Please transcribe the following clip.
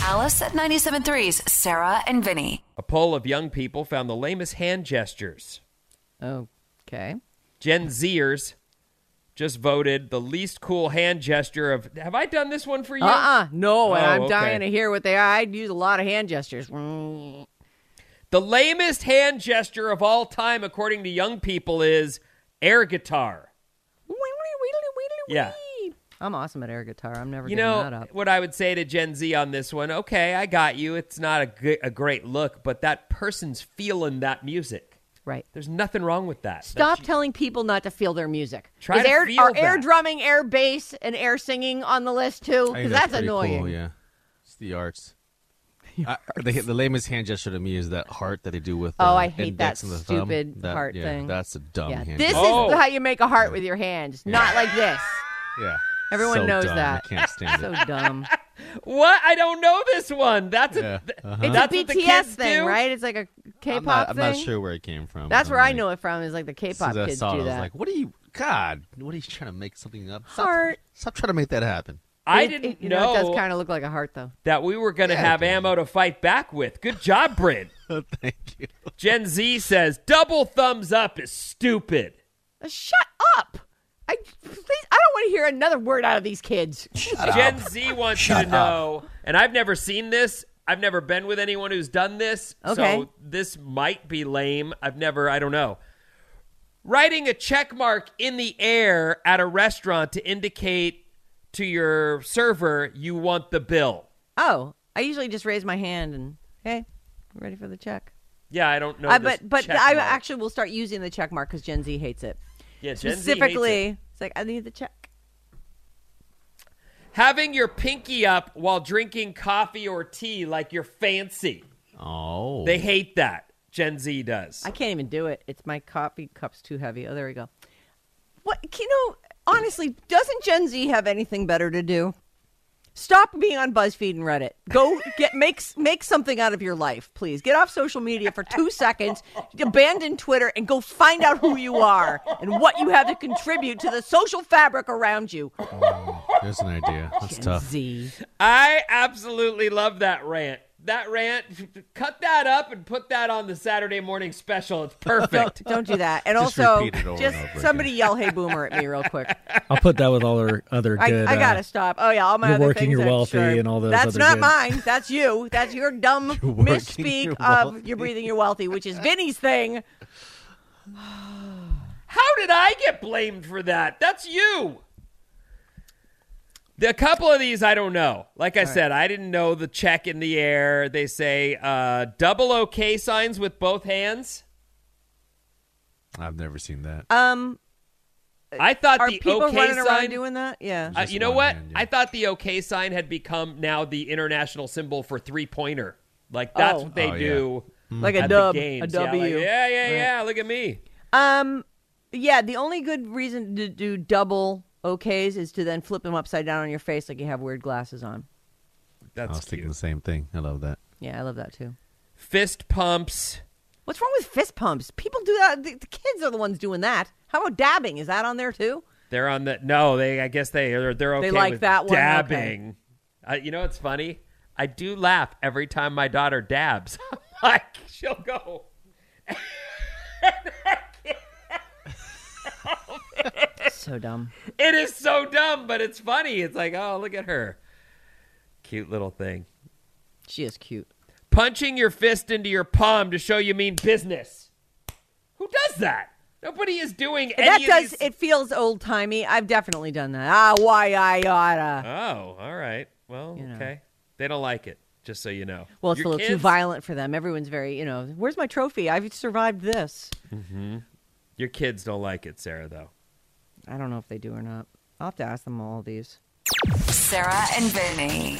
Alice at 97.3's Sarah and Vinny. A poll of young people found the lamest hand gestures. Okay. Gen Zers just voted the least cool hand gesture of. Have I done this one for you? Uh uh No, and Oh, I'm okay. dying to hear what they are. I'd use a lot of hand gestures. Mm. The lamest hand gesture of all time, according to young people, is air guitar. Yeah. I'm awesome at air guitar. I'm never You giving know that up. what I would say to Gen Z on this one? Okay, I got you. It's not a, good, a great look, but that person's feeling that music. Right. There's nothing wrong with that. Stop telling people not to feel their music. Try Is to air, feel are air that. drumming, air bass, and air singing on the list too? I Because think that's, pretty annoying. Cool, yeah, it's the arts. I- the, the lamest hand gesture to me is that heart that they do with. Oh, the I hate that index and the thumb. stupid That- heart yeah, thing. That's a dumb Yeah. hand. This gesture. Oh. is how you make a heart with your hands, not like this. yeah, Everyone So knows dumb. that. I can't stand So it. dumb. What? I don't know this one. That's Yeah, a, th- uh-huh. It's that's a what the BTS kids thing, do? right? It's like a K-pop I'm not, I'm thing. not sure where it came from. That's I'm where I like- know it from. Is like the as K-pop soon as I kids saw it, do I was that. like, "What are you? God, what are you trying to make something up? Stop, Heart. Stop trying to make that happen." I It- didn't it, you know, It does kind of look like a heart, though. that we were going to Yeah, it have does. ammo to fight back with. Good job, Bryn. Thank you. Gen Z says double thumbs up is stupid. Uh, Shut up! I please, I don't want to hear another word out of these kids. Gen Z wants you to know, and I've never seen this. I've never been with anyone who's done this. Okay. So this might be lame. I've never, I don't know. Writing a check mark in the air at a restaurant to indicate to your server you want the bill. oh, I usually just raise my hand and hey, I'm ready for the check. Yeah, I don't know. I, Oh, this but but check I mark. actually will start using the check mark because Gen Z hates it. yeah, Gen Z hates it. Specifically, it's like I need the check. having your pinky up while drinking coffee or tea like you're fancy. Oh, They hate that. Gen Z does. I can't even do it. It's my coffee cup's too heavy. Oh, there we go. What you know? Honestly, doesn't Gen Z have anything better to do? Stop being on BuzzFeed and Reddit. Go get make make something out of your life, please. Get off social media for two seconds. Abandon Twitter and go find out who you are and what you have to contribute to the social fabric around you. there's an idea. That's tough. Z. I absolutely love that rant. That rant, cut that up and put that on the Saturday morning special. It's perfect. Don't do that. And Just also, repeat it over and just over again. somebody yell "Hey Boomer" at me real quick. I'll put that with all our other I, good. I uh, gotta stop. Oh yeah, all my you're other working, things. you're I'm wealthy, sure. and all those That's other not good- mine. That's you. That's your dumb You're working, misspeak you're of wealthy. you're breathing, you're wealthy, which is Vinny's thing. How did I get blamed for that? That's you. The couple of these I don't know. Like I said, I didn't know the check in the air. They say uh, double OK signs with both hands. I've never seen that. Um, I thought are the people OK running sign around doing that? Yeah. Uh, Just you know one what? hand, yeah. I thought the OK sign had become now the international symbol for three pointer. Like that's Oh. what they Oh, yeah. do Mm. like a at dub, the games. a Yeah, like, W. yeah, yeah, yeah. Look at me. Um, yeah. The only good reason to do double OKs is to then flip them upside down on your face, like you have weird glasses on. I That's was thinking cute. the same thing. I love that. Yeah, I love that too. Fist pumps. What's wrong with fist pumps? People do that. The, the kids are the ones doing that. How about dabbing? Is that on there too? They're on the no. They I guess they are. They're okay. They like with that one, okay. dabbing. Uh, you know what's funny? I do laugh every time my daughter dabs. I'm like she'll go. so dumb. It is so dumb, but it's funny. It's like oh look at her, cute little thing. She is cute. punching your fist into your palm to show you mean business. Who does that? Nobody is doing any that of does these- it feels old timey. I've definitely done that. Ah, why I oughta. Oh, all right. Well, You know. okay. They don't like it. Just so you know. Well, it's Your a little too kids- violent for them. Everyone's very, you know, where's my trophy? I've survived this. Your kids don't like it, Sarah. Though. I don't know if they do or not. I'll have to ask them all these. Sarah and Vinny.